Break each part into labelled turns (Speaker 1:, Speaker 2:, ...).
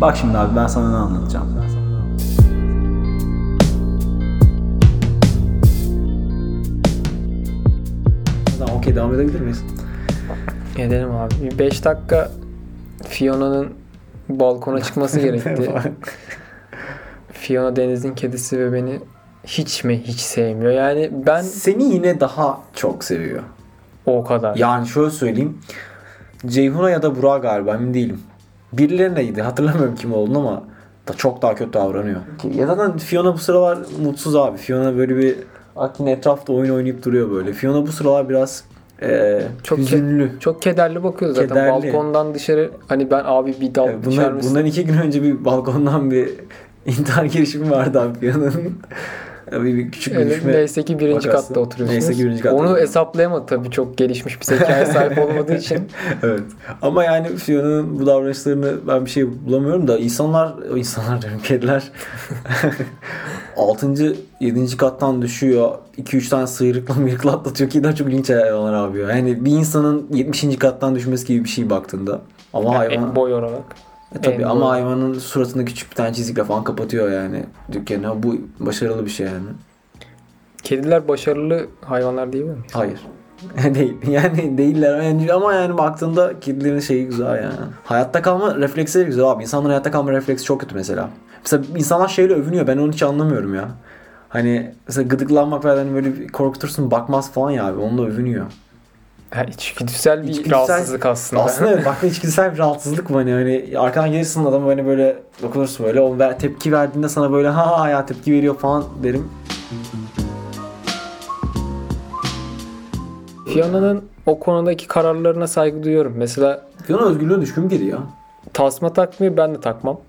Speaker 1: Bak şimdi abi ben sana ne anlatacağım.
Speaker 2: Tamam okey devam edebilir miyiz?
Speaker 3: Edelim abi. 5 dakika Fiona'nın balkona çıkması gerekti. Fiona Deniz'in kedisi ve beni hiç mi hiç sevmiyor. Yani ben
Speaker 2: Seni yine daha çok seviyor.
Speaker 3: o kadar.
Speaker 2: Yani şöyle söyleyeyim. Ceyhun'a ya da Burak galiba emin değilim. Birilerindeydi hatırlamıyorum kim olduğunu ama da çok daha kötü davranıyor. Ya zaten Fiona bu sıralar mutsuz abi. Fiona böyle bir aklın etrafta oyun oynayıp duruyor böyle. Fiona bu sıralar biraz eee çok
Speaker 3: Çok ke-
Speaker 2: hüzünlü.
Speaker 3: Çok kederli bakıyor zaten.
Speaker 2: Kederli.
Speaker 3: Balkondan dışarı hani ben abi bir dal
Speaker 2: Ee,
Speaker 3: içer
Speaker 2: Bunlar,
Speaker 3: misin?
Speaker 2: bundan iki gün önce bir balkondan bir intihar girişimi vardı abi Fiona'nın. bir, bir küçük bir
Speaker 3: Evet,
Speaker 2: düşme.
Speaker 3: neyse ki birinci
Speaker 2: vakası.
Speaker 3: katta oturuyorsunuz.
Speaker 2: Neyse ki birinci katta
Speaker 3: Onu
Speaker 2: oturuyorum.
Speaker 3: hesaplayamadı tabii çok gelişmiş bir zekaya sahip olmadığı için.
Speaker 2: evet. Ama yani Fiona'nın bu davranışlarını ben bir şey bulamıyorum da insanlar, insanlar diyorum kediler 6. 7. kattan düşüyor. 2-3 tane sıyrıkla mıyıkla atlatıyor ki daha çok linç hayvanlar abi. ya. Yani bir insanın 70. kattan düşmesi gibi bir şey baktığında. Ama hayvan...
Speaker 3: En boy olarak.
Speaker 2: E tabii
Speaker 3: En
Speaker 2: ama
Speaker 3: doğru.
Speaker 2: hayvanın suratını küçük bir tane çizikle falan kapatıyor yani dükkanı. Bu başarılı bir şey yani.
Speaker 3: Kediler başarılı hayvanlar değil mi?
Speaker 2: Hayır. Değil. Yani değiller Yani ama yani baktığında kedilerin şeyi güzel yani. Hayatta kalma refleksleri güzel abi. İnsanların hayatta kalma refleksi çok kötü mesela. Mesela insanlar şeyle övünüyor. Ben onu hiç anlamıyorum ya. Hani mesela gıdıklanmak falan hani böyle bir korkutursun bakmaz falan ya abi. Onunla övünüyor.
Speaker 3: Ha, içgüdüsel bir
Speaker 2: İçgüdüsel-
Speaker 3: rahatsızlık aslında.
Speaker 2: Aslında evet bak içgüdüsel bir rahatsızlık var hani, hani arkadan gelirsin adam hani böyle dokunursun böyle o ver- tepki verdiğinde sana böyle ha ha ya tepki veriyor falan derim.
Speaker 3: Fiona'nın o konudaki kararlarına saygı duyuyorum. Mesela
Speaker 2: Fiona özgürlüğe düşkün biri ya.
Speaker 3: tasma takmıyor ben de takmam.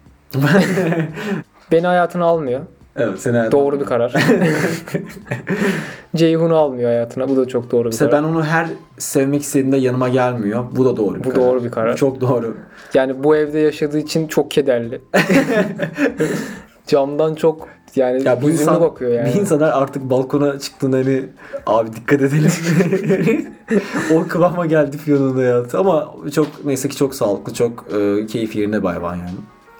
Speaker 3: Beni hayatına almıyor.
Speaker 2: Evet seni hayatım.
Speaker 3: Doğru bir karar. Ceyhun'u almıyor hayatına. Bu da çok doğru bir
Speaker 2: Mesela
Speaker 3: karar.
Speaker 2: ben onu her sevmek istediğimde yanıma gelmiyor. Bu da doğru bir
Speaker 3: Bu
Speaker 2: karar.
Speaker 3: doğru bir karar.
Speaker 2: Çok doğru.
Speaker 3: Yani bu evde yaşadığı için çok kederli. Camdan çok yani
Speaker 2: Ya bu
Speaker 3: hüzünlü
Speaker 2: insan,
Speaker 3: bakıyor yani.
Speaker 2: bir insanlar artık balkona çıktığında hani abi dikkat edelim. o kıvama geldi Fiona'nın hayatı. Ama çok neyse ki çok sağlıklı, çok e, keyif yerinde bir hayvan yani.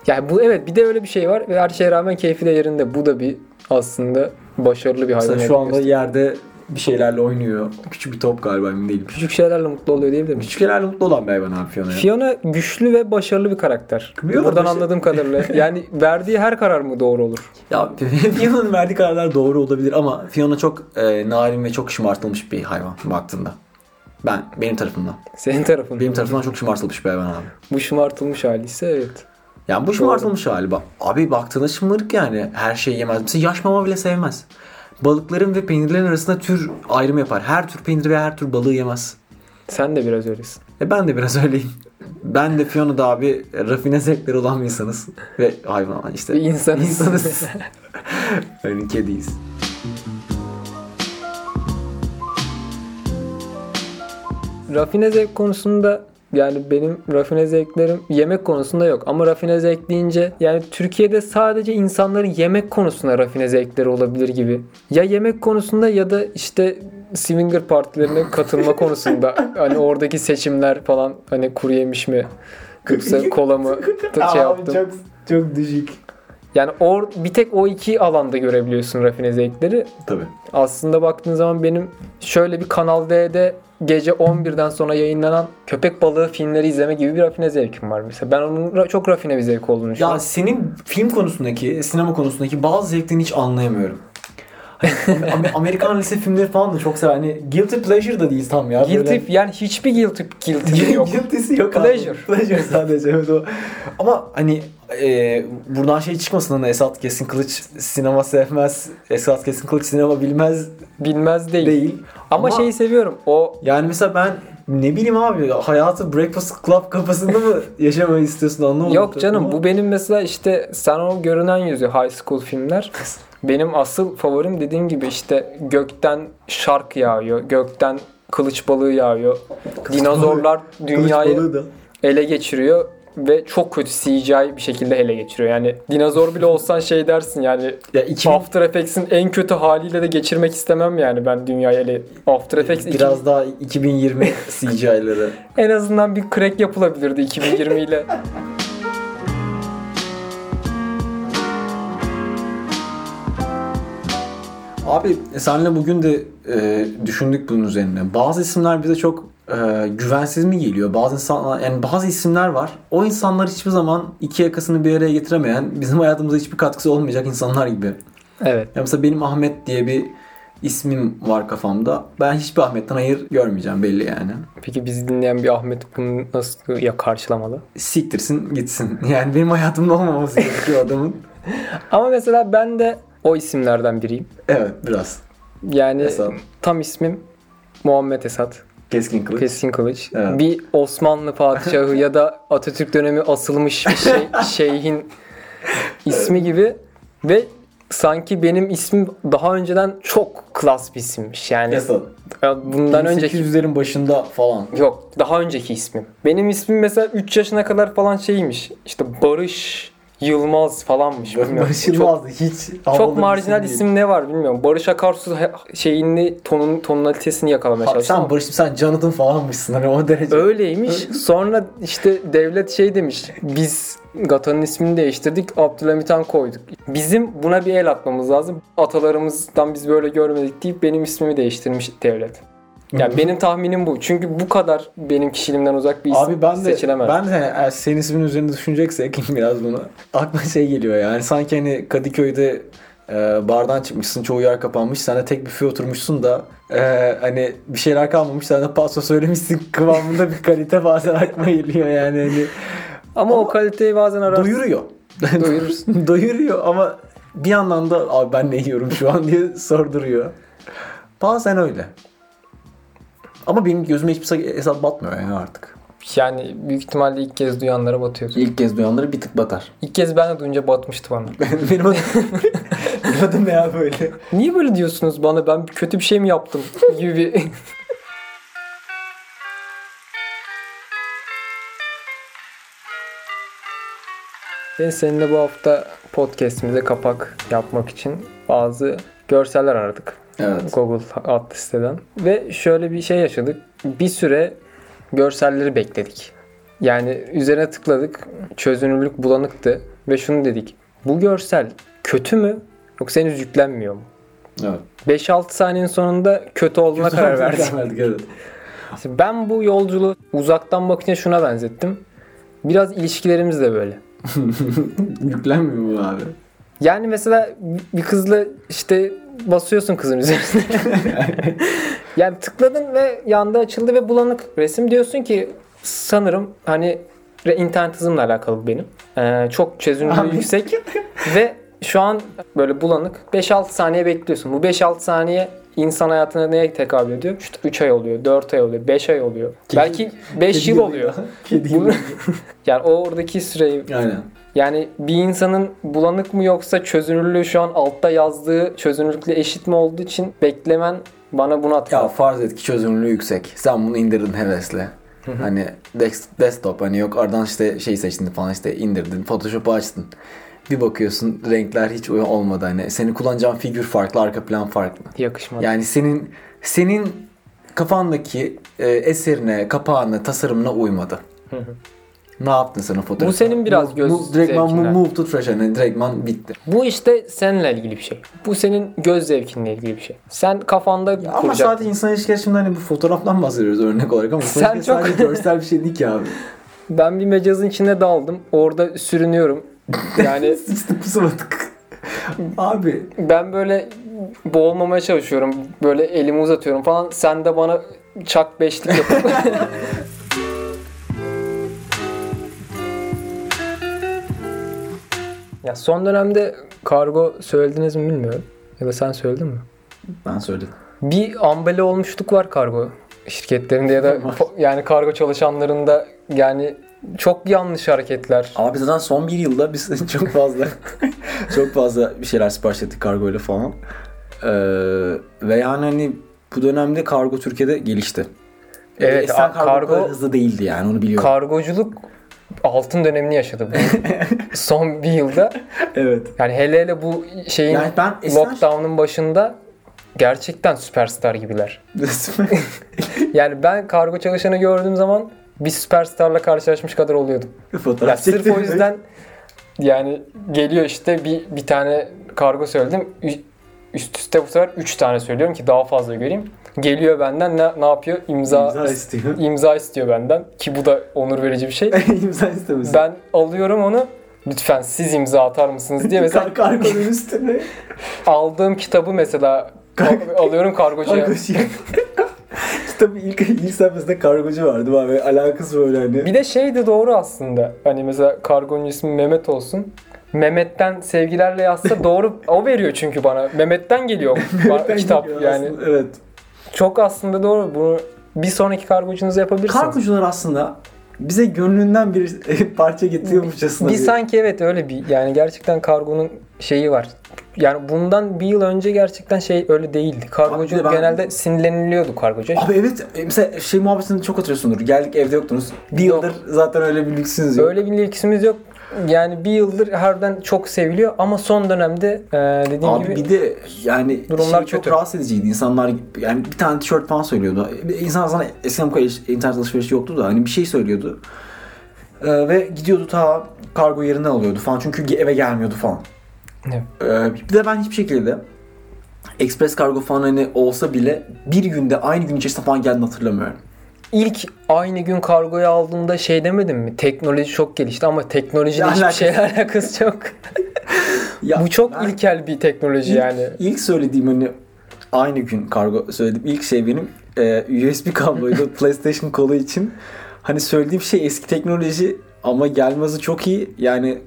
Speaker 3: Yani bu evet bir de öyle bir şey var ve her şeye rağmen keyfi de yerinde. Bu da bir aslında başarılı bir hayvan.
Speaker 2: Mesela şu
Speaker 3: olduğunu
Speaker 2: anda
Speaker 3: gösteriyor.
Speaker 2: yerde bir şeylerle oynuyor. Küçük bir top galiba emin değilim.
Speaker 3: küçük şeylerle mutlu oluyor diyebilir miyim?
Speaker 2: Küçük şeylerle mutlu olan bir hayvan abi Fiona ya.
Speaker 3: Fiona güçlü ve başarılı bir karakter.
Speaker 2: Biliyor musun?
Speaker 3: Buradan anladığım kadarıyla. Yani verdiği her karar mı doğru olur?
Speaker 2: Ya Fiona'nın verdiği kararlar doğru olabilir ama Fiona çok e, narin ve çok şımartılmış bir hayvan baktığında. Ben benim tarafımdan.
Speaker 3: Senin tarafın.
Speaker 2: Benim tarafımdan çok şımartılmış bir hayvan abi.
Speaker 3: Bu şımartılmış hali ise evet.
Speaker 2: Yani bu şımartılmış hali bak. Abi baktığında şımarık yani. Her şeyi yemez. Mesela yaş mama bile sevmez. Balıkların ve peynirlerin arasında tür ayrımı yapar. Her tür peyniri ve her tür balığı yemez.
Speaker 3: Sen de biraz öylesin.
Speaker 2: E ben de biraz öyleyim. Ben de Fiona da abi rafine zevkleri olan bir insanız. Ve hayvan işte.
Speaker 3: Bir insanız.
Speaker 2: insanız. Öyle kediyiz.
Speaker 3: Rafine zevk konusunda yani benim rafine zevklerim yemek konusunda yok. Ama rafine zevk deyince yani Türkiye'de sadece insanların yemek konusunda rafine zevkleri olabilir gibi. Ya yemek konusunda ya da işte swinger partilerine katılma konusunda. Hani oradaki seçimler falan hani kuru yemiş mi yoksa kola mı şey yaptım.
Speaker 2: çok düşük.
Speaker 3: Yani or, bir tek o iki alanda görebiliyorsun rafine zevkleri.
Speaker 2: Tabii.
Speaker 3: Aslında baktığın zaman benim şöyle bir Kanal D'de gece 11'den sonra yayınlanan köpek balığı filmleri izleme gibi bir rafine zevkim var mesela. Ben onun ra- çok rafine bir zevk olduğunu
Speaker 2: Ya
Speaker 3: düşünüyorum.
Speaker 2: senin film konusundaki, sinema konusundaki bazı zevklerini hiç anlayamıyorum. Hani Am- Amerikan lise filmleri falan da çok sever. Hani guilty pleasure da değil tam ya.
Speaker 3: guilty
Speaker 2: Böyle-
Speaker 3: yani hiçbir guilty guilty yok.
Speaker 2: Guilty'si yok abi.
Speaker 3: Pleasure.
Speaker 2: Pleasure sadece evet o. Ama hani e, buradan şey çıkmasın hani Esat Kesin Kılıç sinema sevmez, Esat Kesin Kılıç sinema bilmez
Speaker 3: Bilmez değil.
Speaker 2: değil.
Speaker 3: Ama,
Speaker 2: Ama-
Speaker 3: şeyi seviyorum. O
Speaker 2: Yani mesela ben ne bileyim abi hayatı Breakfast Club kafasında mı yaşamayı istiyorsun anlamadım.
Speaker 3: yok canım
Speaker 2: Ama-
Speaker 3: bu benim mesela işte sen o görünen yüzü high school filmler. Benim asıl favorim dediğim gibi işte gökten şark yağıyor. Gökten kılıç balığı yağıyor. Dinozorlar
Speaker 2: Kılıç
Speaker 3: dünyayı
Speaker 2: balığı da.
Speaker 3: ele geçiriyor ve çok kötü CGI bir şekilde ele geçiriyor. Yani dinozor bile olsan şey dersin yani
Speaker 2: Ya 2000,
Speaker 3: After Effects'in en kötü haliyle de geçirmek istemem yani ben dünyayı ele After Effects iki-
Speaker 2: Ee, Biraz daha 2020 CGI'ları.
Speaker 3: en azından bir crack yapılabilirdi 2020 ile.
Speaker 2: Abi senle bugün de e, düşündük bunun üzerine. Bazı isimler bize çok e, güvensiz mi geliyor? Bazı insanlar yani bazı isimler var. O insanlar hiçbir zaman iki yakasını bir araya getiremeyen, bizim hayatımıza hiçbir katkısı olmayacak insanlar gibi.
Speaker 3: Evet.
Speaker 2: Ya mesela benim Ahmet diye bir ismim var kafamda. Ben hiçbir Ahmet'ten hayır görmeyeceğim belli yani.
Speaker 3: Peki bizi dinleyen bir Ahmet bunu nasıl ya karşılamalı?
Speaker 2: Siktirsin gitsin. Yani benim hayatımda olmaması gerekiyor adamın.
Speaker 3: Ama mesela ben de o isimlerden biriyim.
Speaker 2: Evet biraz.
Speaker 3: Yani
Speaker 2: Esat.
Speaker 3: tam ismim Muhammed Esat.
Speaker 2: Keskin kılıç.
Speaker 3: Keskin Kılıç.
Speaker 2: Evet.
Speaker 3: Bir Osmanlı padişahı ya da Atatürk dönemi asılmış bir şey, şeyhin ismi gibi ve sanki benim ismim daha önceden çok klas bir isimmiş. Yani
Speaker 2: Esat.
Speaker 3: ya bundan önceki
Speaker 2: 1800'lerin başında falan.
Speaker 3: yok daha önceki ismim. Benim ismim mesela 3 yaşına kadar falan şeymiş. İşte Barış Yılmaz falanmış. bilmiyorum.
Speaker 2: Barış
Speaker 3: Çok-
Speaker 2: Yılmaz'dı hiç. havalı
Speaker 3: çok
Speaker 2: bir
Speaker 3: marjinal
Speaker 2: değil.
Speaker 3: isim ne var bilmiyorum. Barış Akarsu he- şeyini tonun tonalitesini yakalamaya
Speaker 2: Abi
Speaker 3: çalıştım.
Speaker 2: sen Barış'ım sen Jonathan falanmışsın hani o derece.
Speaker 3: Öyleymiş. Sonra işte devlet şey demiş. Biz Gata'nın ismini değiştirdik. Abdülhamit Han koyduk. Bizim buna bir el atmamız lazım. Atalarımızdan biz böyle görmedik deyip benim ismimi değiştirmiş devlet. Yani benim tahminim bu. Çünkü bu kadar benim kişiliğimden uzak bir isim
Speaker 2: Abi ben de
Speaker 3: seçilemez.
Speaker 2: ben de hani eğer senin ismin üzerinde düşüneceksek biraz bunu aklıma şey geliyor yani sanki hani Kadıköy'de e, bardan çıkmışsın çoğu yer kapanmış sen de tek büfeye oturmuşsun da e, hani bir şeyler kalmamış sen de pasta söylemişsin kıvamında bir kalite bazen aklıma geliyor yani hani
Speaker 3: Ama, o kaliteyi bazen ararsın.
Speaker 2: doyuruyor.
Speaker 3: Doyurursun.
Speaker 2: Doyuruyor ama bir yandan da abi ben ne yiyorum şu an diye sorduruyor. Bazen öyle. Ama benim gözüme hiçbir hesap batmıyor yani artık.
Speaker 3: Yani büyük ihtimalle ilk kez duyanlara batıyorsun.
Speaker 2: İlk kez duyanları bir tık batar.
Speaker 3: İlk kez ben de duyunca batmıştı bana.
Speaker 2: benim adım, benim adım ne ya böyle?
Speaker 3: Niye böyle diyorsunuz bana? Ben kötü bir şey mi yaptım? gibi bir Ben seninle bu hafta podcast'imize kapak yapmak için bazı görseller aradık.
Speaker 2: Evet.
Speaker 3: Google adlı siteden. Ve şöyle bir şey yaşadık. Bir süre görselleri bekledik. Yani üzerine tıkladık. Çözünürlük bulanıktı. Ve şunu dedik. Bu görsel kötü mü? Yoksa henüz yüklenmiyor mu?
Speaker 2: Evet.
Speaker 3: 5-6 saniyenin sonunda kötü olduğuna karar verdik.
Speaker 2: evet.
Speaker 3: Ben bu yolculuğu uzaktan bakınca şuna benzettim. Biraz ilişkilerimiz de böyle.
Speaker 2: Yüklenmiyor mu abi?
Speaker 3: Yani mesela bir kızla işte basıyorsun kızın üzerine. yani tıkladın ve yanda açıldı ve bulanık resim diyorsun ki sanırım hani re- internet hızımla alakalı bu benim. Ee, çok çözünürlüğü
Speaker 2: Abi.
Speaker 3: yüksek ve şu an böyle bulanık 5-6 saniye bekliyorsun. Bu 5-6 saniye insan hayatına neye tekabül ediyor? İşte 3 ay oluyor, 4 ay oluyor, 5 ay oluyor.
Speaker 2: Kedi-
Speaker 3: Belki 5
Speaker 2: Kedi
Speaker 3: yıl
Speaker 2: gibi.
Speaker 3: oluyor.
Speaker 2: Kedi
Speaker 3: Bu-
Speaker 2: gibi.
Speaker 3: Yani o oradaki süreyi
Speaker 2: Aynen.
Speaker 3: yani bir insanın bulanık mı yoksa çözünürlüğü şu an altta yazdığı çözünürlükle eşit mi olduğu için beklemen bana bunu
Speaker 2: Ya
Speaker 3: atıyor.
Speaker 2: farz et ki çözünürlüğü yüksek. Sen bunu indirdin hevesle. hani desk- desktop hani yok ardından işte şey seçtin falan işte indirdin. Photoshop'u açtın. Bir bakıyorsun renkler hiç uyum olmadı hani. Seni kullanacağın figür farklı, arka plan farklı.
Speaker 3: Yakışmadı.
Speaker 2: Yani senin senin kafandaki e, eserine, kapağına, tasarımına uymadı.
Speaker 3: Hı hı.
Speaker 2: ne yaptın sen o fotoğrafı?
Speaker 3: senin biraz göz
Speaker 2: direktman
Speaker 3: zevkinden.
Speaker 2: move to trash hani direktman bitti.
Speaker 3: Bu işte seninle ilgili bir şey. Bu senin göz zevkinle ilgili bir şey. Sen kafanda
Speaker 2: Ama
Speaker 3: kuracak.
Speaker 2: sadece insan ilişkilerinde hani bu fotoğraftan bahsediyoruz örnek olarak ama
Speaker 3: Sen
Speaker 2: sonuçta
Speaker 3: çok-
Speaker 2: sadece görsel bir şey değil ki abi.
Speaker 3: Ben bir mecazın içine daldım. Orada sürünüyorum. Yani
Speaker 2: Sıçtık pusamadık. abi
Speaker 3: ben böyle boğulmamaya çalışıyorum. Böyle elimi uzatıyorum falan. Sen de bana çak beşlik yapıp Ya son dönemde kargo söylediniz mi bilmiyorum. Ya da sen söyledin mi?
Speaker 2: ben söyledim.
Speaker 3: Bir ambele olmuşluk var kargo şirketlerinde ya da fo- yani kargo çalışanlarında yani çok yanlış hareketler.
Speaker 1: Abi zaten son bir yılda biz çok fazla çok fazla bir şeyler sipariş ettik kargoyla falan. Ee, ve yani hani bu dönemde kargo Türkiye'de gelişti. Ee,
Speaker 3: Evet,
Speaker 1: eskiden
Speaker 3: a-
Speaker 1: kargo, bu
Speaker 3: kargo-
Speaker 1: kadar hızlı değildi yani onu biliyorum.
Speaker 3: Kargoculuk altın dönemini yaşadı bu son bir yılda.
Speaker 1: evet.
Speaker 3: Yani hele hele bu şeyin
Speaker 1: Yani ben eskiden-
Speaker 3: lockdown'un başında gerçekten süperstar gibiler. Yani ben kargo çalışanı gördüğüm zaman bir süperstarla karşılaşmış kadar oluyordum.
Speaker 2: Fotoğraf
Speaker 3: Ya sırf o yüzden yani geliyor işte bir bir tane kargo söyledim. Ü- üst üste bu sefer 3 tane söylüyorum ki daha fazla göreyim. Geliyor benden ne, ne yapıyor? İmza,
Speaker 2: İmza istiyor.
Speaker 3: imza istiyor benden ki bu da onur verici bir şey.
Speaker 2: İmza istemesi.
Speaker 3: ben alıyorum onu lütfen siz imza atar mısınız diye mesela
Speaker 2: Kar- kargonun üstüne
Speaker 3: aldığım kitabı mesela al- alıyorum kargocuya.
Speaker 2: kargocuya. Tabii ilk, ilk sayfasında kargocu vardı abi. Alakası böyle hani.
Speaker 3: Bir de şey de doğru aslında. Hani mesela kargonun ismi Mehmet olsun. Mehmet'ten sevgilerle yazsa doğru o veriyor çünkü bana. Mehmet'ten geliyor
Speaker 2: Ben
Speaker 3: ba- kitap
Speaker 2: geliyor
Speaker 3: yani.
Speaker 2: aslında, Evet.
Speaker 3: Çok aslında doğru. Bunu bir sonraki kargocunuza yapabilirsiniz.
Speaker 2: Kargocular aslında bize gönlünden bir parça getiriyormuşçasına.
Speaker 3: bir sanki evet öyle bir yani gerçekten kargonun şeyi var. Yani bundan bir yıl önce gerçekten şey öyle değildi. Kargocu
Speaker 2: Abi ben-
Speaker 3: genelde sinirleniliyordu kargocuya.
Speaker 2: Abi evet mesela şey muhabbetini çok hatırlıyorsundur. Geldik evde yoktunuz. Bir
Speaker 3: Yok.
Speaker 2: yıldır zaten öyle bir lüksünüz yok.
Speaker 3: Öyle bir ilgisimiz yok. Yani bir yıldır harbiden çok seviliyor ama son dönemde e, dediğim
Speaker 2: Abi
Speaker 3: gibi
Speaker 2: bir de yani
Speaker 3: Durumlar
Speaker 2: şey çok
Speaker 3: kötü.
Speaker 2: rahatsız ediciydi. İnsanlar yani bir tane tişört falan söylüyordu. İnsan sana eskiden bu kadar iş- internet alışverişi yoktu da hani bir şey söylüyordu. Ee, ve gidiyordu ta kargo yerinden alıyordu falan çünkü ge- eve gelmiyordu falan.
Speaker 3: Evet.
Speaker 2: Ee, bir de ben hiçbir şekilde Express kargo falan hani olsa bile bir günde aynı gün içerisinde falan geldiğini hatırlamıyorum.
Speaker 3: ilk aynı gün kargoyu aldığımda şey demedim mi? Teknoloji çok gelişti ama teknolojiyle
Speaker 2: Ya
Speaker 3: hiçbir
Speaker 2: alakası-
Speaker 3: şeyle alakası yok.
Speaker 2: Ya
Speaker 3: Bu çok
Speaker 2: ben-
Speaker 3: ilkel bir teknoloji
Speaker 2: İlk-
Speaker 3: yani.
Speaker 2: İlk söylediğim hani aynı gün kargo söyledim. İlk şey benim e, USB kabloydu PlayStation kolu için. Hani söylediğim şey eski teknoloji ama gelmesi çok iyi. Yani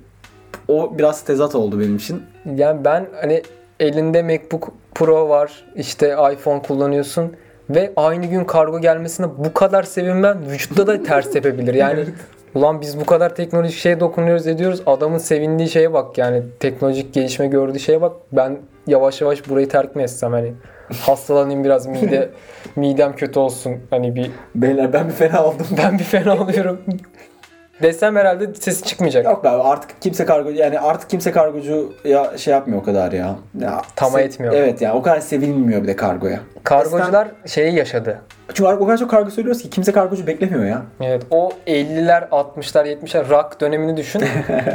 Speaker 2: o biraz tezat oldu benim için.
Speaker 3: Yani ben hani elinde MacBook Pro var, işte iPhone kullanıyorsun ve aynı gün kargo gelmesine bu kadar sevinmen vücutta da ters tepebilir. Yani ulan biz bu kadar teknolojik şeye dokunuyoruz ediyoruz. Adamın sevindiği şeye bak yani teknolojik gelişme gördüğü şeye bak. Ben yavaş yavaş burayı terk mi etsem hani hastalanayım biraz mide midem kötü olsun hani bir
Speaker 2: Beyler ben bir fena oldum.
Speaker 3: ben bir fena oluyorum desem herhalde sesi çıkmayacak.
Speaker 2: Yok be abi artık kimse kargo yani artık kimse kargocu ya şey yapmıyor o kadar ya. ya
Speaker 3: Tama
Speaker 2: se-
Speaker 3: etmiyor.
Speaker 2: Evet ya o kadar sevinmiyor bir de kargoya.
Speaker 3: Kargocular şeyi yaşadı.
Speaker 2: Çünkü o kadar çok kargo söylüyoruz ki kimse kargocu beklemiyor ya.
Speaker 3: Evet o 50'ler 60'lar 70'ler rock dönemini düşün.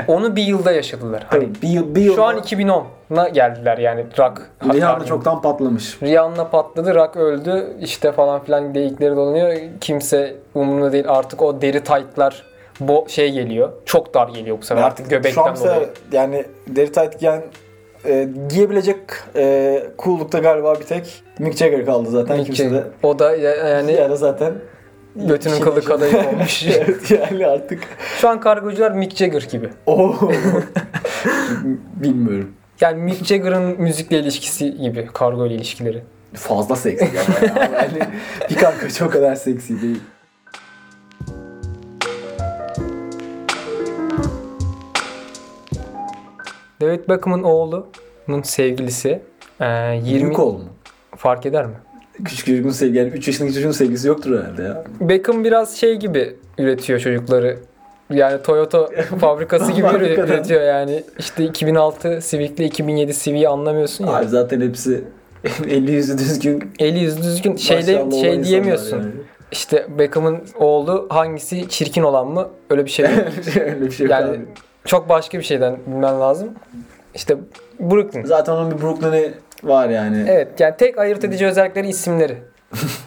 Speaker 3: Onu bir yılda yaşadılar. Hani
Speaker 2: Hani bir, yıl- bir yıl
Speaker 3: şu an 2010'a geldiler yani rock.
Speaker 2: Rihanna çoktan patlamış.
Speaker 3: Rihanna patladı, rock öldü işte falan filan geyikleri dolanıyor. Kimse umurunda değil artık o deri taytlar bo şey geliyor. Çok dar geliyor bu sefer
Speaker 2: Şu
Speaker 3: artık
Speaker 2: an
Speaker 3: göbekten
Speaker 2: mesela
Speaker 3: dolayı.
Speaker 2: yani deri tight giyen e, giyebilecek e, cool'lukta galiba bir tek Mick Jagger kaldı zaten
Speaker 3: Mick
Speaker 2: kimse de.
Speaker 3: Jagger. O da ya- yani
Speaker 2: Yani zaten
Speaker 3: götünün
Speaker 2: işin
Speaker 3: kılı
Speaker 2: içinde.
Speaker 3: kadayıf olmuş.
Speaker 2: evet yani artık
Speaker 3: Şu an kargocular Mick Jagger gibi.
Speaker 2: o bilmiyorum.
Speaker 3: Yani Mick Jagger'ın müzikle ilişkisi gibi kargo ile ilişkileri.
Speaker 2: Fazla seksi ama ya. yani bir kanka çok kadar seksi değil.
Speaker 3: David Beckham'ın oğlunun sevgilisi e, 20
Speaker 2: Büyük oğlu mu?
Speaker 3: fark eder mi?
Speaker 2: Küçük çocuğun sevgisi yani 3 yaşındaki çocuğun sevgisi yoktur herhalde ya.
Speaker 3: Beckham biraz şey gibi üretiyor çocukları. Yani Toyota fabrikası gibi üre-
Speaker 2: Fabrikadan.
Speaker 3: üretiyor yani. İşte 2006 Civic'le 2007 Civic'i anlamıyorsun ya.
Speaker 2: Abi zaten hepsi eli yüzü düzgün.
Speaker 3: Eli yüzü düzgün
Speaker 2: maşallah
Speaker 3: şeyde
Speaker 2: olan
Speaker 3: şey
Speaker 2: insanlar
Speaker 3: diyemiyorsun.
Speaker 2: yani.
Speaker 3: İşte Beckham'ın oğlu hangisi çirkin olan mı? Öyle bir şey değil.
Speaker 2: Öyle bir şey yok
Speaker 3: Yani-
Speaker 2: abi.
Speaker 3: Çok başka bir şeyden bilmen lazım. İşte Brooklyn.
Speaker 2: Zaten onun bir Brooklyn'i var yani.
Speaker 3: Evet yani tek ayırt edici özellikleri isimleri.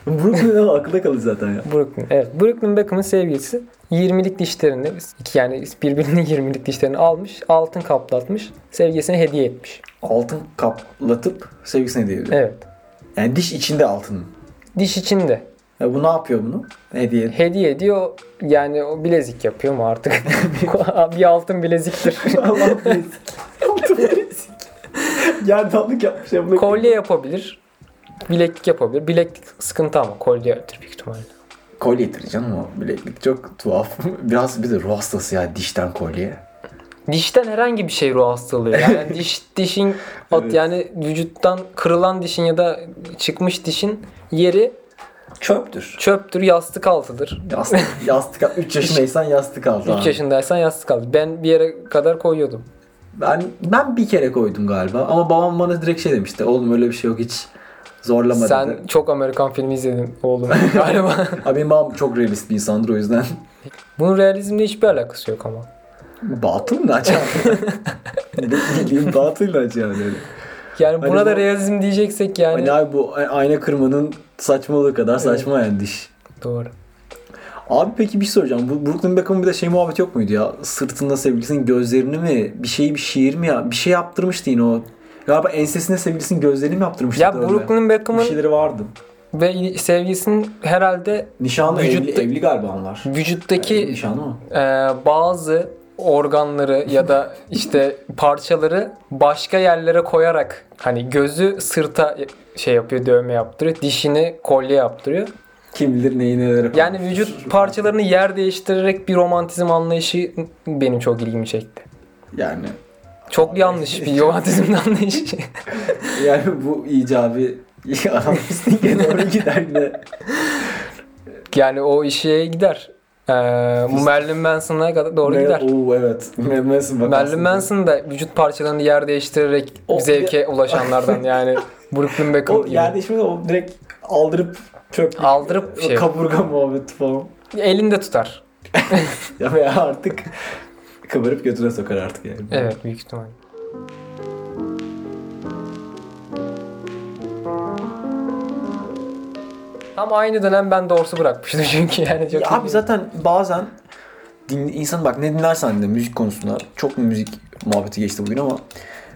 Speaker 2: Brooklyn ama akılda kalır zaten ya.
Speaker 3: Brooklyn. Evet. Brooklyn Beckham'ın sevgilisi 20'lik dişlerini iki yani birbirinin 20'lik dişlerini almış, altın kaplatmış, sevgilisine hediye etmiş.
Speaker 2: Altın kaplatıp sevgisine hediye ediyor.
Speaker 3: Evet.
Speaker 2: Yani diş içinde altın.
Speaker 3: Diş içinde
Speaker 2: Ya bu ne yapıyor bunu? Hediye.
Speaker 3: hediye ediyor. Yani o bilezik yapıyor mu artık? bir altın bileziktir.
Speaker 2: Allah bilezik. Altın bilezik. Gerdanlık yapmış ya. Bunu
Speaker 3: kolye yapabilir. Bileklik yapabilir. Bileklik sıkıntı ama kolyedir büyük ihtimalle.
Speaker 2: Kolye yedirir canım o bileklik. Çok tuhaf. Biraz bir de ruh hastası ya dişten kolye.
Speaker 3: Dişten herhangi bir şey ruh hastalığı. Yani diş dişin at
Speaker 2: Evet.
Speaker 3: yani vücuttan kırılan dişin ya da çıkmış dişin yeri
Speaker 2: Çöptür.
Speaker 3: çöptür, yastık altıdır.
Speaker 2: Yastık, yastık 3 yaşındaysan yastık al.
Speaker 3: 3 yaşındaysan yastık al. Ben bir yere kadar koyuyordum.
Speaker 2: Ben, ben bir kere koydum galiba ama babam bana direkt şey demişti. Oğlum öyle bir şey yok hiç zorlama
Speaker 3: Sen
Speaker 2: dedi.
Speaker 3: çok Amerikan filmi izledin oğlum galiba.
Speaker 2: Abi benim babam çok realist bir insandır o yüzden.
Speaker 3: Bunun realizmle hiçbir alakası yok ama.
Speaker 2: Batıl mı acaba? ne bileyim batıl mı acaba öyle?
Speaker 3: Yani
Speaker 1: Hani
Speaker 3: buna da
Speaker 1: bu-
Speaker 3: realizm diyeceksek yani.
Speaker 1: Hani abi bu a- ayna kırmanın saçmalığı kadar saçma yani diş.
Speaker 3: Doğru.
Speaker 1: Abi peki bir şey soracağım. Bu Brooklyn Beckham'ın bir de şey muhabbet yok muydu ya? Sırtında sevgilisinin gözlerini mi? Bir şeyi bir şiir mi ya? Bir şey yaptırmıştı yine o. Galiba ensesine sevgilisinin gözlerini mi yaptırmıştı?
Speaker 3: Ya
Speaker 1: öyle?
Speaker 3: Brooklyn
Speaker 1: şey Bir şey-
Speaker 3: Beckham'ın
Speaker 1: şeyleri vardı.
Speaker 3: ve il- sevgilisinin herhalde
Speaker 1: Nişanlı
Speaker 3: Vücutta-
Speaker 1: evli, evli galiba onlar.
Speaker 3: vücuttaki
Speaker 1: Nişanlı mı?
Speaker 3: e, bazı organları ya da işte parçaları başka yerlere koyarak hani gözü sırta şey yapıyor dövme yaptırıyor dişini kolye yaptırıyor.
Speaker 1: Kim bilir neyi nelere
Speaker 3: Yani vücut parçalarını yer değiştirerek bir romantizm anlayışı benim çok ilgimi çekti.
Speaker 1: Yani
Speaker 3: Çok yanlış bir romantizm anlayışı.
Speaker 1: yani bu icabi anarşistliğe doğru gider yine.
Speaker 3: Yani o işe gider. Ee, Marilyn Manson'a kadar doğru gider.
Speaker 1: Oo evet. Merlin'sin bak.
Speaker 3: Marilyn
Speaker 1: aslında.
Speaker 3: Manson da vücut parçalarını yer değiştirerek
Speaker 1: O-
Speaker 3: zevke ulaşanlardan yani Brooklyn Beckham
Speaker 1: O
Speaker 3: gibi.
Speaker 1: yani şimdi o direkt aldırıp çöp
Speaker 3: Aldırıp şey-
Speaker 1: kaburga muhabbeti falan.
Speaker 3: Elinde tutar.
Speaker 1: Ya veya artık kıvırıp götüne sokar artık yani.
Speaker 3: Evet büyük ihtimal. Tam aynı dönem ben doğrusu bırakmıştım çünkü yani çok
Speaker 1: Ya abi zaten bazen din, insan bak ne dinlersen de müzik konusunda çok müzik muhabbeti geçti bugün ama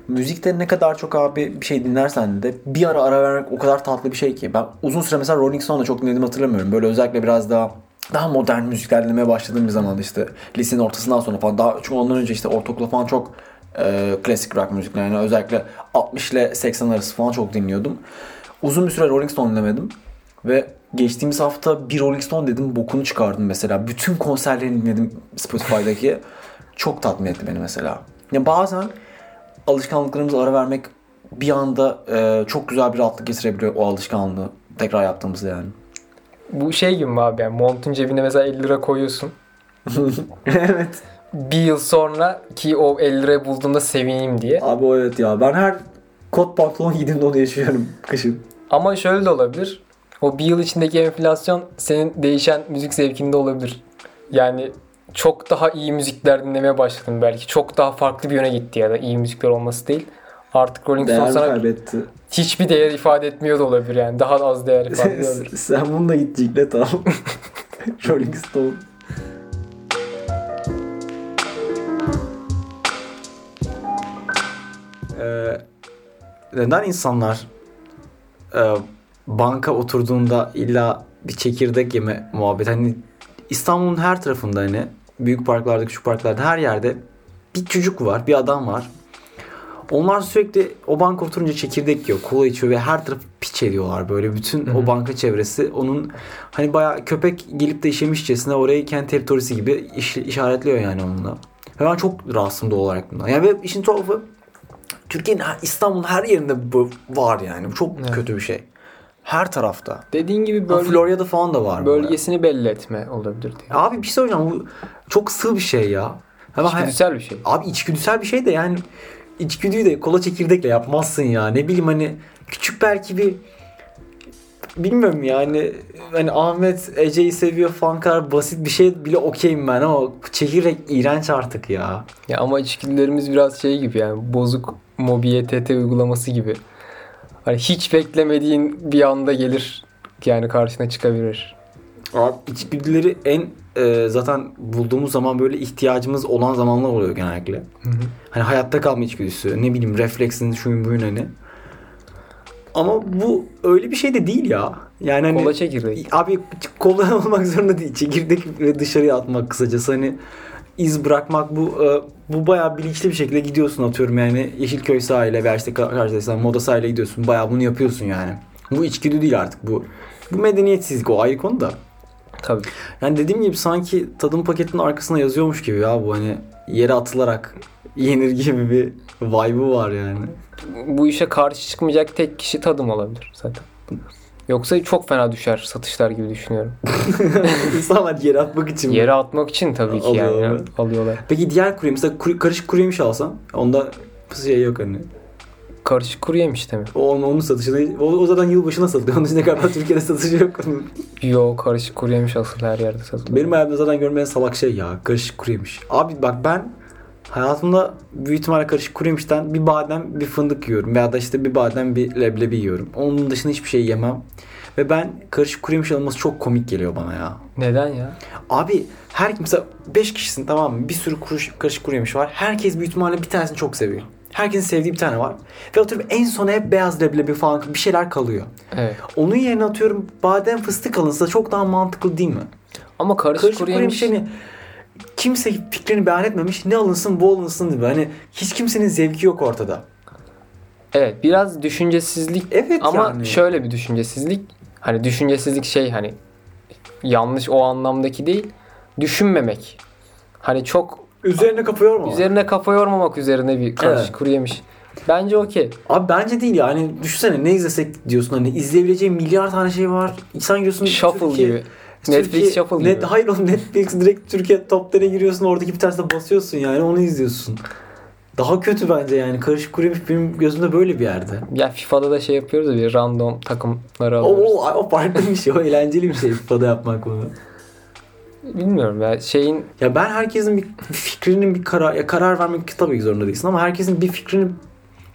Speaker 1: müzikte ne kadar çok abi bir şey dinlersen de bir ara ara vermek o kadar tatlı bir şey ki. Ben uzun süre mesela Rolling Stone'da çok dinledim hatırlamıyorum. Böyle özellikle biraz daha daha modern müzikler dinlemeye başladığım bir zaman işte lisenin ortasından sonra falan daha çünkü ondan önce işte ortaokulda falan çok e, klasik rock müzikler yani özellikle 60 ile 80 arası falan çok dinliyordum. Uzun bir süre Rolling Stone dinlemedim. Ve geçtiğimiz hafta bir Rolling Stone dedim bokunu çıkardım mesela. Bütün konserlerini dinledim Spotify'daki. Çok tatmin etti beni mesela. Ya bazen alışkanlıklarımıza ara vermek bir anda e, çok güzel bir rahatlık getirebiliyor o alışkanlığı. Tekrar yaptığımızda yani.
Speaker 3: Bu şey gibi mi abi yani montun cebine mesela 50 lira koyuyorsun.
Speaker 1: evet.
Speaker 3: Bir yıl sonra ki o 50 lirayı bulduğumda sevineyim diye.
Speaker 1: Abi o evet ya. Ben her kot pantolon giydiğimde onu yaşıyorum kışın.
Speaker 3: Ama şöyle de olabilir. O bir yıl içindeki enflasyon senin değişen müzik zevkinde olabilir. Yani çok daha iyi müzikler dinlemeye başladın belki. Çok daha farklı bir yöne gitti ya da iyi müzikler olması değil. Artık Rolling Stone
Speaker 1: Değer
Speaker 3: sana
Speaker 1: kaybetti.
Speaker 3: hiçbir değer ifade etmiyor da olabilir yani. Daha az değer ifade ediyor olabilir.
Speaker 1: Sen bununla git ciklet al. Rolling Stone.
Speaker 2: Ee, neden insanlar e, banka oturduğunda illa bir çekirdek yeme muhabbet hani İstanbul'un her tarafında hani büyük parklarda küçük parklarda her yerde bir çocuk var bir adam var onlar sürekli o banka oturunca çekirdek yiyor kola içiyor ve her tarafı piç ediyorlar böyle bütün
Speaker 3: Hı hı.
Speaker 2: o banka çevresi onun hani bayağı köpek gelip de işemişçesine orayı kendi teritorisi gibi iş- işaretliyor yani onunla. Ve ben çok rahatsızım doğal olarak bundan. Yani ve işin tuhafı Türkiye'nin her- İstanbul'un her yerinde bu var yani. Bu çok
Speaker 3: Evet.
Speaker 2: kötü bir şey. Her tarafta.
Speaker 3: Dediğin gibi
Speaker 2: Ha,
Speaker 3: bölge,
Speaker 2: Florya'da falan da var. böyle.
Speaker 3: bölgesini belli etme olabilir diye.
Speaker 2: Abi bir şey söyleyeceğim. Bu çok sığ bir şey ya. Hemen
Speaker 3: İçgüdüsel bir şey.
Speaker 2: Abi içgüdüsel bir şey de yani içgüdüyü de kola çekirdekle yapmazsın ya. Ne bileyim hani küçük belki bir bilmiyorum yani hani Ahmet Ece'yi seviyor falan kadar basit bir şey bile okeyim ben ama çekirdek iğrenç artık ya.
Speaker 3: Ya ama içgüdülerimiz biraz şey gibi yani bozuk mobi TT uygulaması gibi. Hani hiç beklemediğin bir anda gelir yani karşına çıkabilir.
Speaker 2: Abi içgüdüleri en e, zaten bulduğumuz zaman böyle ihtiyacımız olan zamanlar oluyor genellikle. Hani hayatta kalma içgüdüsü, ne bileyim refleksin şuyun buyun hani. Ama bu öyle bir şey de değil ya. Yani hani
Speaker 3: Kola çekirdeği.
Speaker 2: Abi koldan olmak zorunda değil. Çekirdek ve dışarıya atmak kısacası hani iz bırakmak bu e, bu bayağı bilinçli bir şekilde gidiyorsun atıyorum yani Yeşilköy sahile veya işte Kar- Karşıyaka Moda sahile gidiyorsun. Bayağı bunu yapıyorsun yani. Bu içgüdü değil artık bu. Bu medeniyetsizlik o ayrı konu da.
Speaker 3: Tabii.
Speaker 2: Yani dediğim gibi sanki tadım paketinin arkasına yazıyormuş gibi ya bu hani yere atılarak yenir gibi bir vibe'ı var yani.
Speaker 3: Bu işe karşı çıkmayacak tek kişi tadım olabilir zaten. Yoksa çok fena düşer satışlar gibi düşünüyorum.
Speaker 2: İnsanlar yere atmak için.
Speaker 3: Yere atmak için tabii ki
Speaker 2: Alıyorlar.
Speaker 3: yani alıyorlar.
Speaker 2: Peki diğer kuru yemiş, mesela kuru- karışık kuru yemiş alsan onda şey yok hani.
Speaker 3: Karışık kuru yemiş de mi?
Speaker 2: O onun, onun satışını o, o zaten yılbaşına satılıyor. Onun için de galiba Türkiye'de satışı yok. onun.
Speaker 3: Yo karışık kuru yemiş asıl her yerde satılıyor.
Speaker 2: Benim hayatımda zaten görmeyen salak şey ya. Karışık kuruymuş. Abi bak ben Hayatımda büyük ihtimalle karışık kuru yemişten bir badem bir fındık yiyorum. Veya da işte bir badem bir leblebi yiyorum. Onun dışında hiçbir şey yemem. Ve ben karışık kuru yemiş alması çok komik geliyor bana ya.
Speaker 3: Neden ya?
Speaker 2: Abi her kimse 5 kişisin tamam mı? Bir sürü kuru, karışık kuru yemiş var. Herkes büyük ihtimalle bir tanesini çok seviyor. Herkesin sevdiği bir tane var. Ve atıyorum en sona hep beyaz leblebi falan bir şeyler kalıyor.
Speaker 3: Evet.
Speaker 2: Onun yerine atıyorum badem fıstık alınsa çok daha mantıklı değil mi?
Speaker 3: Ama karışık,
Speaker 2: Karışık
Speaker 3: kuru
Speaker 2: kuru yemiş
Speaker 3: yemiş.
Speaker 2: hani kimse fikrini beyan etmemiş. Ne alınsın bu alınsın gibi. Hani hiç kimsenin zevki yok ortada.
Speaker 3: Evet biraz düşüncesizlik
Speaker 2: Evet
Speaker 3: ama
Speaker 2: yani.
Speaker 3: şöyle bir düşüncesizlik. Hani düşüncesizlik şey hani yanlış o anlamdaki değil. Düşünmemek. Hani çok
Speaker 2: Üzerine kapıyor mu?
Speaker 3: üzerine kafa yormamak üzerine bir karışık
Speaker 2: Evet.
Speaker 3: kuru yemiş. Bence okey.
Speaker 2: Abi bence değil yani. Düşünsene ne izlesek diyorsun hani izleyebileceğin milyar tane şey var. İnsan giriyorsun
Speaker 3: Shuffle
Speaker 2: Türkiye-
Speaker 3: gibi. Netflix
Speaker 2: Türkiye-
Speaker 3: Shuffle gibi.
Speaker 2: net, Hayır oğlum Netflix direkt Türkiye top 10'e giriyorsun oradaki bir tanesine basıyorsun yani onu izliyorsun. Daha kötü bence yani. Karışık kuru yemiş benim gözümde böyle bir yerde.
Speaker 3: Ya FIFA'da da şey yapıyoruz ya bir random takımları
Speaker 2: O,
Speaker 3: alıyoruz.
Speaker 2: o, o farklı bir şey. O eğlenceli bir şey FIFA'da yapmak bunu.
Speaker 3: Bilmiyorum ya şeyin
Speaker 2: Ya ben herkesin bir bir fikrinin bir karar ya karar vermek tabii ki zorunda değilsin ama herkesin bir fikrini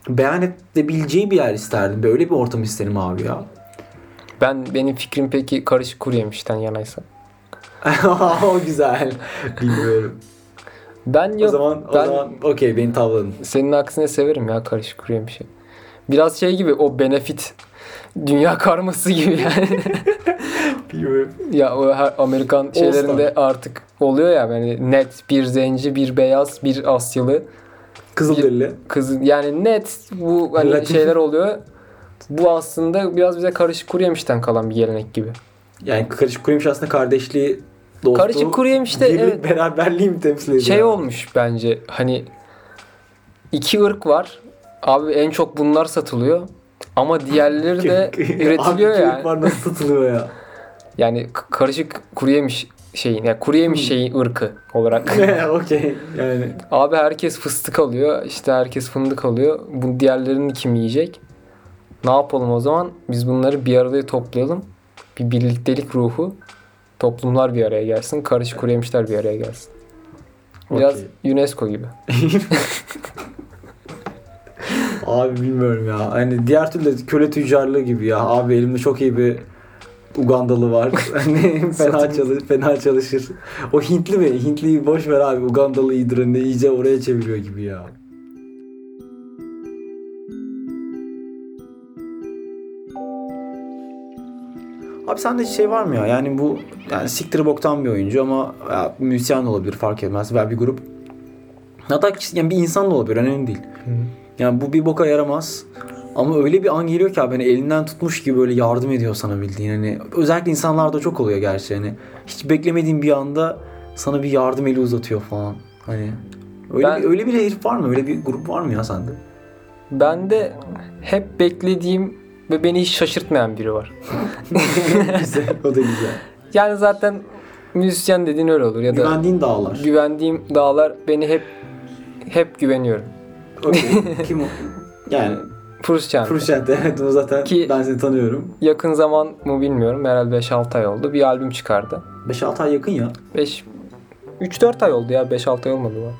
Speaker 2: beyan edebileceği bir yer isterdim. Böyle bir ortam isterim abi ya.
Speaker 3: ben benim fikrim peki karışık kuru yemişten yanaysa.
Speaker 2: o güzel. Bilmiyorum.
Speaker 3: Ben
Speaker 2: o
Speaker 3: yok.
Speaker 2: zaman o
Speaker 3: ben-
Speaker 2: zaman okey beni tavladın.
Speaker 3: Senin aksine severim ya karışık kuru yemişi. Biraz şey gibi o benefit dünya karması gibi yani.
Speaker 2: Bilmiyorum.
Speaker 3: ya o her Amerikan şeylerinde artık oluyor ya yani net bir zenci, bir beyaz, bir Asyalı,
Speaker 2: Kızılderili.
Speaker 3: kızın yani net bu hani
Speaker 2: Latif.
Speaker 3: şeyler oluyor. Bu aslında biraz bize karışık kuru yemişten kalan bir gelenek gibi.
Speaker 2: Yani karışık kuru yemiş aslında kardeşliği dostluğu.
Speaker 3: Karışık kuru yemişte
Speaker 2: birlik,
Speaker 3: evet.
Speaker 2: beraberliği mi temsil ediyor?
Speaker 3: şey olmuş bence hani iki ırk var. Abi en çok bunlar satılıyor. Ama diğerleri de üretiliyor
Speaker 2: Abi,
Speaker 3: yani.
Speaker 2: Var, nasıl satılıyor ya?
Speaker 3: Yani k- karışık kuru yemiş şeyin, yani kuru
Speaker 2: Hmm.
Speaker 3: yemiş şeyi ırkı olarak.
Speaker 2: okey. Yani
Speaker 3: Abi herkes fıstık alıyor, işte herkes fındık alıyor. Bu diğerlerini kim yiyecek? Ne yapalım o zaman? Biz bunları bir araya toplayalım. Bir birliktelik ruhu. Toplumlar bir araya gelsin, karışık kuru yemişler bir araya gelsin. Biraz UNESCO gibi.
Speaker 2: Abi bilmiyorum ya. Hani diğer türlü de köle tüccarlığı gibi ya. Abi elimde çok iyi bir Ugandalı var. Hani fena,
Speaker 3: Satın.
Speaker 2: çalış, fena çalışır. O Hintli mi? Hintliyi boş ver abi. Ugandalı iyidir. Hani iyice oraya çeviriyor gibi ya. Abi sende hiç şey var mı ya? Yani bu yani siktir boktan bir oyuncu ama ya, müzisyen de olabilir fark etmez. Veya bir grup. Hatta yani bir insan da olabilir. Önemli değil. Yani bu bir boka yaramaz. Ama öyle bir an geliyor ki abi hani elinden tutmuş gibi böyle yardım ediyor sana bildiğin. Hani özellikle insanlarda çok oluyor gerçi hani. Hiç beklemediğin bir anda sana bir yardım eli uzatıyor falan. Hani öyle,
Speaker 3: Ben-
Speaker 2: bir, öyle bir herif var mı? Öyle bir grup var mı ya sende?
Speaker 3: Ben de hep beklediğim ve beni hiç şaşırtmayan biri var.
Speaker 2: güzel. O da güzel.
Speaker 3: Yani zaten müzisyen dediğin öyle olur ya da
Speaker 2: Güvendiğin dağlar.
Speaker 3: güvendiğim dağlar beni hep hep güveniyorum.
Speaker 2: Okey. Kim o? Yani
Speaker 3: Frusciante.
Speaker 2: Fruşent evet o zaten
Speaker 3: Ki-
Speaker 2: ben seni tanıyorum.
Speaker 3: Yakın zaman mı bilmiyorum. Herhalde 5-6 ay oldu. Bir albüm çıkardı.
Speaker 2: 5-6 ay yakın ya.
Speaker 3: 5 3-4 ay oldu ya. 5-6 ay olmadı bu arada.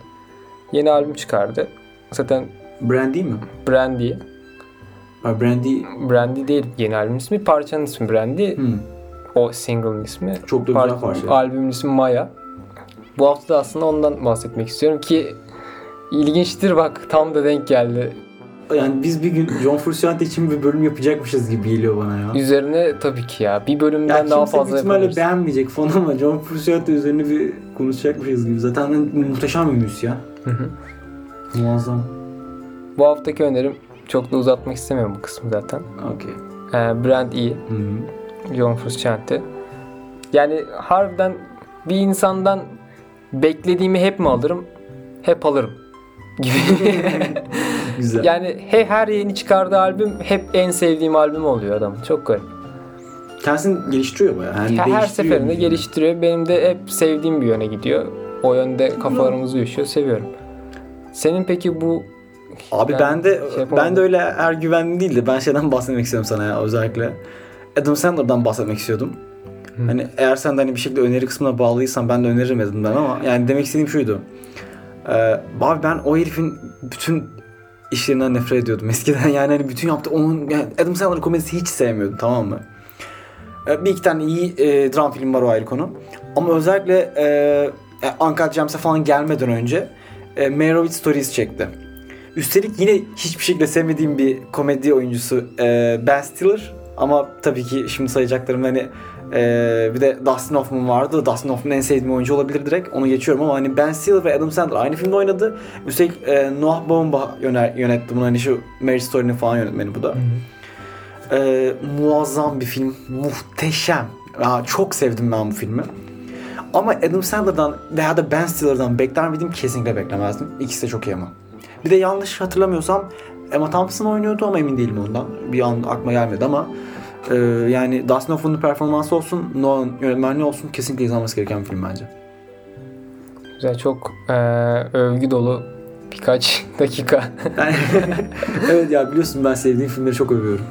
Speaker 3: Yeni albüm çıkardı. Zaten
Speaker 2: Brandy mi?
Speaker 3: Brandy.
Speaker 2: Ha, Brandy
Speaker 3: Brandy değil yeni albüm ismi. Parçanın ismi Brandy.
Speaker 2: hmm,
Speaker 3: O single'ın ismi.
Speaker 2: çok da güzel
Speaker 3: Parça,
Speaker 2: parça.
Speaker 3: albümün ismi Maya. Bu hafta da aslında ondan bahsetmek istiyorum ki ilginçtir bak tam da denk geldi.
Speaker 2: Yani biz bir gün John Frusciante için bir bölüm yapacakmışız gibi geliyor bana ya.
Speaker 3: Üzerine tabii ki ya bir
Speaker 2: Ya
Speaker 3: bölümden
Speaker 2: kimse
Speaker 3: daha
Speaker 2: büyük
Speaker 3: fazla
Speaker 2: ihtimalle
Speaker 3: yapabiliriz.
Speaker 2: beğenmeyecek falan ama John Frusciante üzerine bir konuşacakmışız gibi. Zaten hani muhteşem bir müzisyen.
Speaker 3: Hı hı.
Speaker 2: Muazzam.
Speaker 3: Bu haftaki önerim çok da uzatmak istemiyorum bu kısmı zaten.
Speaker 2: Okey.
Speaker 3: Ee, Brand iyi.
Speaker 2: Hı hı.
Speaker 3: John Frusciante. Yani harbiden bir insandan beklediğimi hep mi alırım? Hep alırım. Gibi.
Speaker 2: Güzel.
Speaker 3: yani he, her yeni çıkardığı albüm hep en sevdiğim albüm oluyor adam. Çok garip.
Speaker 2: Kendisini geliştiriyor bayağı. Yani
Speaker 3: Her- her
Speaker 2: değiştiriyor
Speaker 3: seferinde
Speaker 2: müziği.
Speaker 3: geliştiriyor. Benim de hep sevdiğim bir yöne gidiyor. O yönde kafalarımız uyuşuyor. Seviyorum. Senin peki bu
Speaker 2: Abi
Speaker 3: Yani
Speaker 2: ben de
Speaker 3: şey yapamadım.
Speaker 2: ben de öyle her güvenli değil de ben şeyden bahsetmek istiyorum sana ya özellikle. Adam Sandler'dan bahsetmek istiyordum.
Speaker 3: Hı.
Speaker 2: Hani eğer sen de hani bir şekilde öneri kısmına bağlıysan ben de öneririm Adam'dan ama yani demek istediğim şuydu. Ee, abi ben o herifin bütün işlerinden nefret ediyordum eskiden. Yani hani bütün yaptığı onun yani Adam Sandler komedisi hiç sevmiyordum tamam mı? Ee, bir iki tane iyi e, dram film var o ayrı konu. Ama özellikle e, e, Uncut James'e falan gelmeden önce e, Meyerowitz Stories çekti. Üstelik yine hiçbir şekilde sevmediğim bir komedi oyuncusu e, Ben Stiller. Ama tabii ki şimdi sayacaklarım hani ee, bir de Dustin Hoffman vardı. Dustin Hoffman en sevdiğim oyuncu olabilir direkt. Onu geçiyorum ama hani Ben Stiller ve Adam Sandler aynı filmde oynadı. Üstelik e, Noah Baumbach yöne- yönetti bunu. Hani şu Marriage Story'nin falan yönetmeni bu da. Ee, muazzam bir film. Muhteşem. Aa, çok sevdim ben bu filmi. Ama Adam Sandler'dan veya da Ben Stiller'dan bekler miydim? Kesinlikle beklemezdim. İkisi de çok iyi ama. Bir de yanlış hatırlamıyorsam Emma Thompson oynuyordu ama emin değilim ondan. Bir an aklıma gelmedi ama e, yani Dustin Hoffman'ın performansı olsun, Nolan yönetmenliği olsun kesinlikle izlenmesi gereken bir film bence.
Speaker 3: Güzel çok eee, övgü dolu birkaç dakika.
Speaker 2: evet ya biliyorsun ben sevdiğim filmleri çok övüyorum.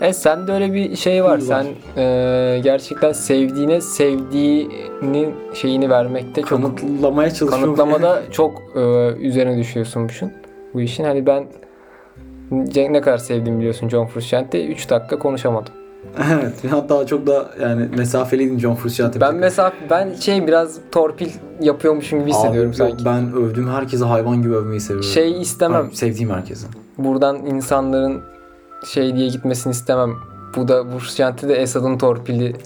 Speaker 3: E sen de öyle bir şey var.
Speaker 2: Huy var.
Speaker 3: Sen eee, gerçekten sevdiğine sevdiğinin şeyini vermekte çok
Speaker 2: Kanıtlamaya çalışıyorum.
Speaker 3: kanıtlamada çok eee, üzerine düşüyorsunmuşsun bu işin. Hani ben Cenk ne kadar sevdiğimi biliyorsun John Frusciante 3 dakika konuşamadım.
Speaker 2: evet. Hatta çok da yani mesafeliydin John Frusciante.
Speaker 3: Ben mesela ben şey biraz torpil yapıyormuşum gibi hissediyorum
Speaker 2: Abi,
Speaker 3: sanki.
Speaker 2: Ben övdüğüm herkese hayvan gibi övmeyi seviyorum.
Speaker 3: Şey istemem.
Speaker 2: Ben sevdiğim herkese.
Speaker 3: Buradan insanların şey diye gitmesini istemem. Bu da Bursçenti de Esad'ın torpili.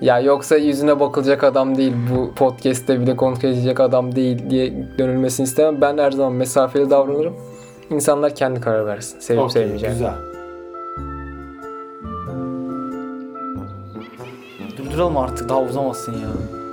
Speaker 3: ya yoksa yüzüne bakılacak adam değil. Bu podcast'te bile konuk edilecek adam değil diye dönülmesini istemem. Ben her zaman mesafeli davranırım. İnsanlar kendi karar versin. Sevip
Speaker 2: Okey,
Speaker 3: sevmeyeceğim.
Speaker 2: Güzel. Durduralım artık daha uzamazsın ya.